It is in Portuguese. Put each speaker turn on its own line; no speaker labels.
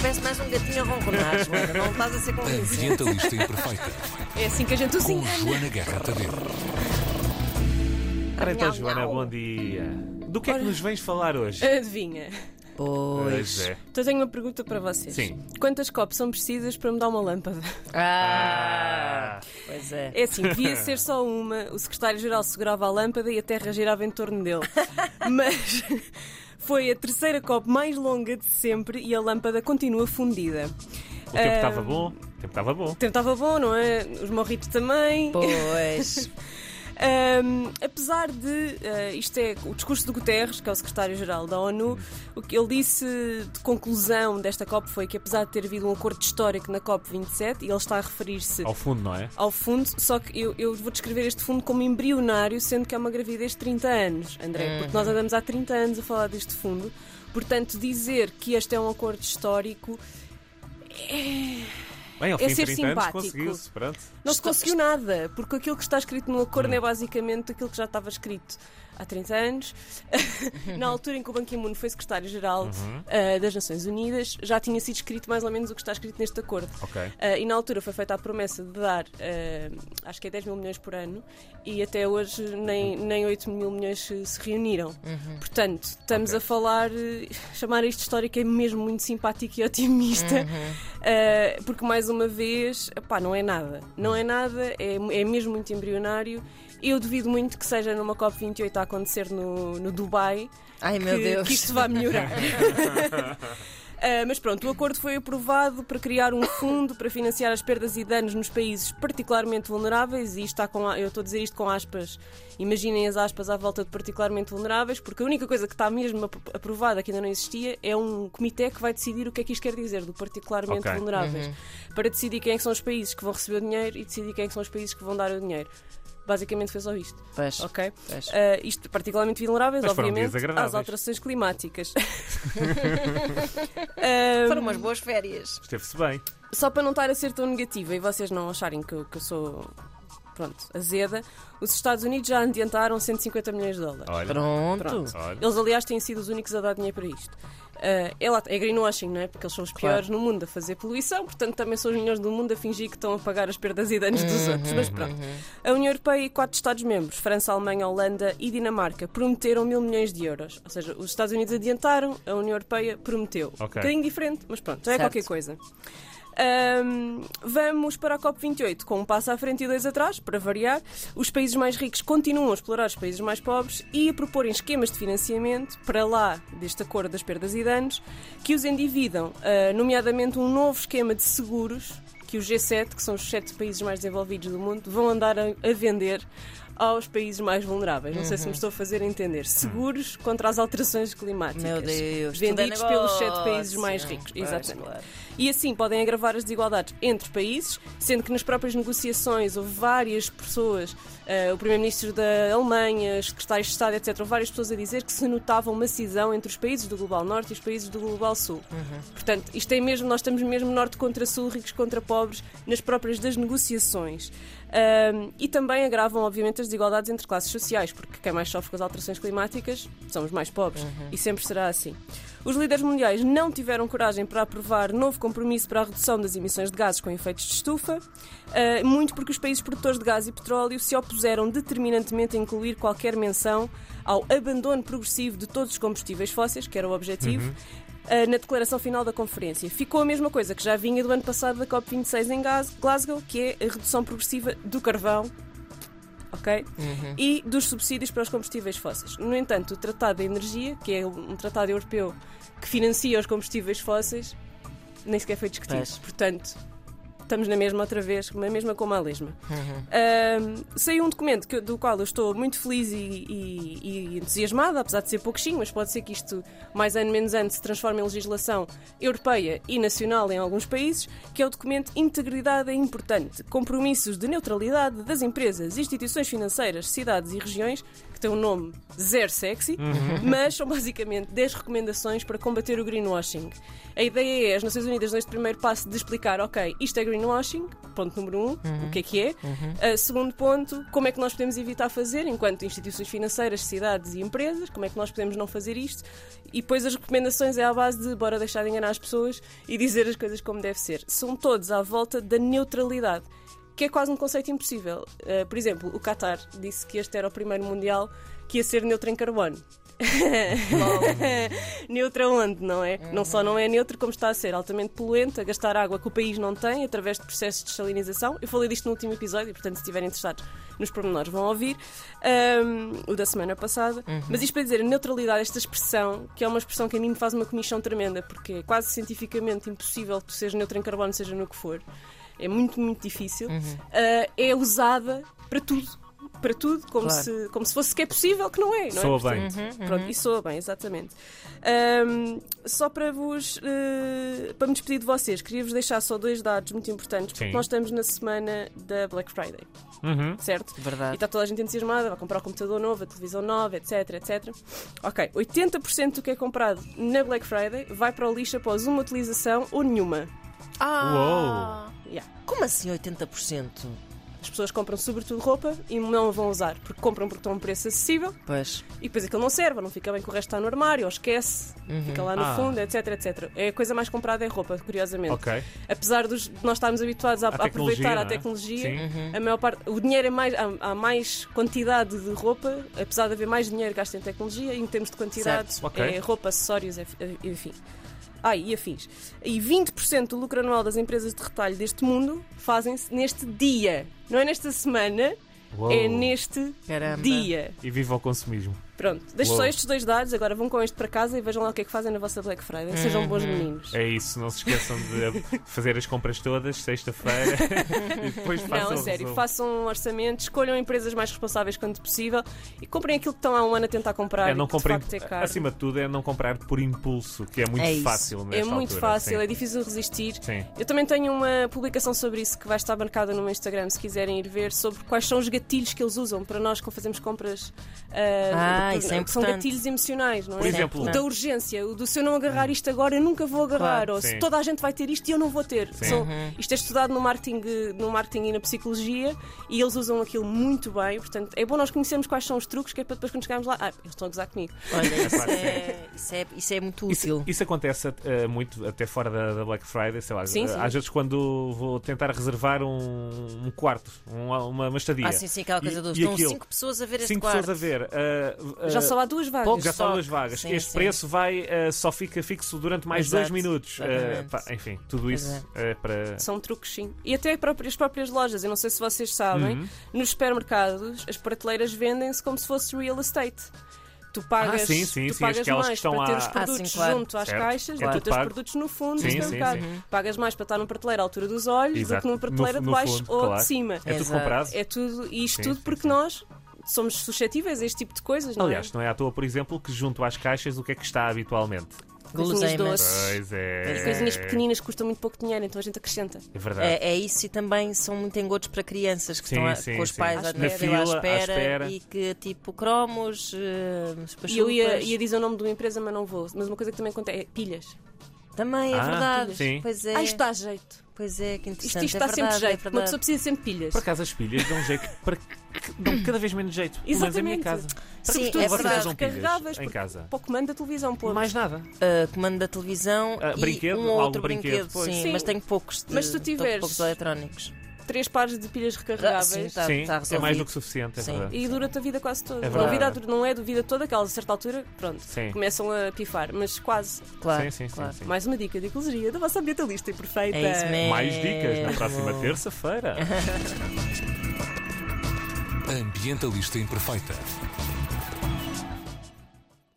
parece mais um gatinho a ronronar, Joana. Não estás a ser
é.
convincente.
Orientalista imperfeita.
É assim que a gente os
Com
engana.
Joana Guerra Tadeu.
Ora então,
Nhau,
Joana,
nhau.
bom dia. Do que é que nos vens falar hoje?
Eh, Adivinha.
Pois.
é.
Então tenho uma pergunta para vocês.
Sim.
Quantas copos são precisas para mudar uma lâmpada?
Ah, pois é.
É assim, devia ser só uma. O secretário-geral segurava a lâmpada e a terra girava em torno dele. Mas foi a terceira copo mais longa de sempre e a lâmpada continua fundida.
O tempo estava bom? O tempo estava bom.
O tempo estava bom, não é? Os morritos também.
Pois.
Um, apesar de uh, isto é o discurso do Guterres, que é o secretário-geral da ONU, o que ele disse de conclusão desta COP foi que apesar de ter havido um acordo histórico na COP 27 e ele está a referir-se
Ao fundo, não é?
ao fundo, só que eu, eu vou descrever este fundo como embrionário, sendo que é uma gravidez de 30 anos, André, porque nós andamos há 30 anos a falar deste fundo. Portanto, dizer que este é um acordo histórico
Bem, ao
É
fim de
ser
30 anos
simpático.
conseguiu-se, pronto.
Não se conseguiu nada, porque aquilo que está escrito no acordo é basicamente aquilo que já estava escrito há 30 anos. Na altura em que o Ban Ki-moon foi secretário-geral eh, das Nações Unidas, já tinha sido escrito mais ou menos o que está escrito neste acordo.
Ok.
Eh, e na altura foi feita a promessa de dar, eh, acho que é 10 mil milhões por ano, e até hoje nem, nem 8 mil milhões se se reuniram. Portanto, estamos
Ok.
a falar, eh, chamar isto de histórico é mesmo muito simpático e otimista, eh, porque mais uma vez, pá, não é nada. Não é nada, é, é mesmo muito embrionário. Eu duvido muito que seja numa COP28 a acontecer no, no Dubai
Ai, meu
que,
Deus.
que isto vá melhorar. Ah, mas pronto, o acordo foi aprovado para criar um fundo para financiar as perdas e danos nos países particularmente vulneráveis, e isto está com, a- eu estou a dizer isto com aspas, imaginem as aspas à volta de particularmente vulneráveis, porque a única coisa que está mesmo ap- aprovada, que ainda não existia, é um comitê que vai decidir o que é que isto quer dizer, do particularmente
Ok.
vulneráveis,
Uhum.
para decidir quem é que são os países que vão receber o dinheiro e decidir quem é que são os países que vão dar o dinheiro. Basicamente foi só isto.
Pois.
Ok?
Pois.
Ah, isto particularmente vulneráveis,
Mas foram
obviamente,
dias
às
agradáveis.
alterações climáticas. Ah,
Foram umas boas férias.
Esteve-se bem.
Só para não estar a ser tão negativa e vocês não acharem que, eu- que eu sou. Pronto, azeda, os Estados Unidos já adiantaram 150 milhões de dólares.
Olha.
Pronto.
Pronto.
Olha.
Eles, aliás, têm sido os únicos a dar dinheiro para isto. Ah, é, lá, é greenwashing, não é? Porque eles são os piores no mundo a fazer poluição, portanto, também são os melhores do mundo a fingir que estão a pagar as perdas e danos dos
Uhum,
outros. Mas pronto. A União Europeia e quatro Estados-membros, França, Alemanha, Holanda e Dinamarca, prometeram mil milhões de euros. Ou seja, os Estados Unidos adiantaram, a União Europeia prometeu. Um
Ok.
bocadinho diferente, mas pronto, já é
Certo.
qualquer coisa. Ahm, vamos para a COP28, com um passo à frente e dois atrás, para variar. Os países mais ricos continuam a explorar os países mais pobres e a proporem esquemas de financiamento para lá deste acordo das perdas e danos que os endividam, ah, nomeadamente um novo esquema de seguros que os G7, que são os sete países mais desenvolvidos do mundo, vão andar a, a vender aos países mais vulneráveis. Não sei
Uhum.
se me estou a fazer entender. Seguros contra as alterações climáticas.
Hum. Meu Deus. tudo é
Vendidos pelos sete
negócio.
países mais ricos.
Pois,
Exatamente.
claro.
E assim podem agravar as desigualdades entre países, sendo que nas próprias negociações houve várias pessoas, eh, o Primeiro-Ministro da Alemanha, os secretários de Estado, etc., houve várias pessoas a dizer que se notava uma cisão entre os países do Global Norte e os países do Global Sul. Portanto, isto é mesmo, nós estamos mesmo norte contra sul, ricos contra pobres, nas próprias das negociações. Ahm, e também agravam, obviamente, as desigualdades entre classes sociais, porque quem mais sofre com as alterações climáticas são os mais pobres. E sempre será assim. Os líderes mundiais não tiveram coragem para aprovar novo compromisso para a redução das emissões de gases com efeitos de estufa, ah, muito porque os países produtores de gás e petróleo se opuseram determinantemente a incluir qualquer menção ao abandono progressivo de todos os combustíveis fósseis, que era o objetivo, ah, na declaração final da conferência. Ficou a mesma coisa que já vinha do ano passado da COP26 em Gas- Glasgow, que é a redução progressiva do carvão ok? E dos subsídios para os combustíveis fósseis. No entanto, o Tratado da Energia, que é um tratado europeu que financia os combustíveis fósseis, nem sequer foi discutido.
Pois.
Portanto, estamos na mesma outra vez, na mesma como a lesma. Ahm, saiu um documento que- do qual eu estou muito feliz e, e- e entusiasmada, apesar de ser pouquinho, mas pode ser que isto, mais ano menos ano, se transforme em legislação europeia e nacional em alguns países, que é o documento Integridade é Importante, compromissos de neutralidade das empresas, instituições financeiras, cidades e regiões, que que tem um nome zero sexy, mas são basicamente 10 recomendações para combater o greenwashing. A ideia é, as Nações Unidas neste primeiro passo de explicar, ok, isto é greenwashing, ponto número um, o que é que é. Uh, segundo ponto, como é que nós podemos evitar fazer, enquanto instituições financeiras, cidades e empresas, como é que nós podemos não fazer isto. E depois as recomendações é à base de bora deixar de enganar as pessoas e dizer as coisas como deve ser. São todos à volta da neutralidade, que é quase um conceito impossível. Uh, por exemplo, o Qatar disse que este era o primeiro mundial que ia ser neutro em carbono. neutra onde, não é? Não só não é neutro, como está a ser altamente poluente, a gastar água que o país não tem através de processos de salinização. Eu falei disto no último episódio, portanto, se estiverem interessados nos pormenores, vão ouvir Ahm, o da semana passada. Mas isto para dizer, a neutralidade, esta expressão, que é uma expressão que a mim me faz uma comissão tremenda, porque é quase cientificamente impossível tu seres neutro em carbono, seja no que for, é muito, muito difícil, ah, é usada para tudo. Para tudo, como,
Claro.
se, como se fosse que é possível, que não é. Não é?
Soa
Portanto,
bem.
Pronto, e soa bem, exatamente. Ahm, só para vos eh, para me despedir de vocês, queria-vos deixar só dois dados muito importantes, porque
Sim.
nós estamos na semana da Black Friday,
Uhum.
certo? E
Verdade.
está toda a gente entusiasmada, vai comprar o computador novo, a televisão nova, etc, etc. Ok, 80% do que é comprado na Black Friday vai para o lixo após uma utilização ou nenhuma.
Uou.
Yeah.
Então- Como assim 80%?
As pessoas compram sobretudo roupa e não a vão usar, porque compram porque estão a um preço acessível
Pois.
E depois aquilo não serve, ou não fica bem que o resto está no armário, ou esquece, fica lá no
Ah.
fundo, etc, etc. É a coisa mais comprada é roupa, curiosamente.
Ok.
Apesar dos- de nós estarmos habituados a, a
tecnologia,
aproveitar
não
a
é?
tecnologia,
Sim.
a maior parte, o dinheiro é mais, há, há mais quantidade de roupa, apesar de haver mais dinheiro gasto em tecnologia, em termos de quantidade,
Certo.
Ok.
é roupa, acessórios, é- é- enfim. Ah, e afins. E 20% do lucro anual das empresas de retalho deste mundo fazem-se neste dia. Não é nesta semana,
Uou.
é neste
Caramba.
dia.
E viva o consumismo.
Pronto, deixo
Uou.
só estes dois dados, agora vão com este para casa e vejam lá o que é que fazem na vossa Black Friday. Sejam bons meninos.
Uhum. É isso, não se esqueçam de fazer as compras todas, sexta-feira, e depois façam
Não, a
o
sério,
resumo. É
façam um orçamento, escolham empresas mais responsáveis quando possível e comprem aquilo que estão há um ano a tentar comprar.
É
e
não
que de
comprem,
facto é caro.
acima de tudo, é não comprar por impulso, que é muito
É isso.
fácil nesta
é muito
altura,
fácil, é
sim.
difícil resistir.
Sim.
Eu também tenho uma publicação sobre isso que vai estar marcada no meu Instagram, se quiserem ir ver, sobre quais são os gatilhos que eles usam para nós quando fazemos compras. ah,
Ah,
que-
isso é
que são
importante.
gatilhos emocionais, não é?
Por exemplo,
o da urgência, o do se eu não agarrar isto agora, eu nunca vou
Uhum.
agarrar,
Claro. Uhum.
ou se
Sim.
toda a gente vai ter isto e eu não vou ter.
Sim.
São- Isto é estudado no marketing, eh, no marketing e na psicologia e eles usam aquilo muito bem, portanto é bom nós conhecermos quais são os truques, que é para depois quando chegarmos lá, ah, eles estão a gozar comigo.
Olha, isso
fácil.
é, isso, é, isso é muito útil.
Isso, isso acontece eh, muito até fora da, da Black Friday, sei lá. Eh,
Sim, sim.
Às vezes, quando vou tentar reservar um, um quarto, um- uma, uma estadia.
Ah, sim, sim, aquela coisa
e,
dos.
e
Estão
aquilo,
cinco pessoas a ver este
cinco
quarto.
pessoas a ver. eh, eh,
Já só há duas vagas.
já são
estoque.
duas vagas.
Sim,
este
sim.
preço vai eh, só fica fixo durante mais
Exato,
dois minutos. Eh,
exatamente.
pá, enfim, tudo isso
Exato.
é para.
São truques, sim. E até próprias- as próprias lojas, eu não sei se vocês sabem,
Uhum.
nos supermercados as prateleiras vendem-se como se fosse real estate. Tu pagas,
Ah, sim, sim,
tu
sim,
pagas
aquelas que
mais
estão
para ter
lá-
os
Ah,
produtos
sim, claro.
junto às
Certo,
caixas
claro.
e tu tens
Pago.
produtos no fundo
Sim,
do
sim,
supermercado.
sim.
Pagas mais para estar numa prateleira à altura dos olhos
Exato.
do que numa prateleira
No-
de
no
baixo
fundo,
ou
claro.
de cima.
É tudo
Exato.
comprado.
É tudo, e isto
Sim,
tudo
sim,
porque
sim.
nós somos suscetíveis a este tipo de coisas, não
Aliás,
é?
não é à toa, por exemplo, que junto às caixas o que é que está habitualmente?
Coisinhas
Guloseimas.
doces.
Pois é.
As
Coisinhas pequeninas que custam muito pouco dinheiro, então a gente acrescenta.
É verdade.
É, é isso e também são muito engodos para crianças que
Sim,
estão a-
sim,
com os
sim.
pais
À
à,
espera.
fila, à,
Na fila, à
espera,
espera.
e que tipo cromos, eh,
E eu ia,
chupas.
ia dizer o nome de uma empresa, mas não vou. Mas uma coisa que também acontece é pilhas.
Também é
Ah,
verdade.
sim.
Pois é.
Ah, isto dá jeito.
Pois é, que
Isto,
interessante.
isto
é
está sempre
verdade, é
jeito. Uma
verdade.
pessoa precisa sempre de pilhas.
Por acaso as pilhas dão um jeito para que dão cada vez menos jeito. Pelo menos a minha
Exatamente.
casa.
Sim,
Porque tu
é
vocês
verdade.
usam pilhas
Recarregáveis,
em
porque-
casa.
Para o comando da televisão, pô.
Mais nada.
Ah, comando da televisão
Ah,
e
brinquedo?
um
Algum
ou outro
brinquedo,
brinquedo,
pois.
sim,
Sim.
mas tenho poucos de,
Mas se tu
tenho
tiveres-
poucos eletrónicos.
Três pares de pilhas
Ah, sim,
recarregáveis.
está
Sim,
tá
é
resolvido.
mais do que suficiente, é
Sim.
verdade.
E dura-te a vida quase toda.
É
não, a vida
verdade.
não é de vida toda, que a certa altura, pronto,
Sim.
começam a pifar, mas quase.
Claro,
sim, sim, sim,
claro.
sim.
Mais uma dica de ecologia da vossa ambientalista e perfeita.
É isso mesmo.
Mais dicas
é
na próxima
Mesmo.
terça-feira.
Ambientalista Imperfeita.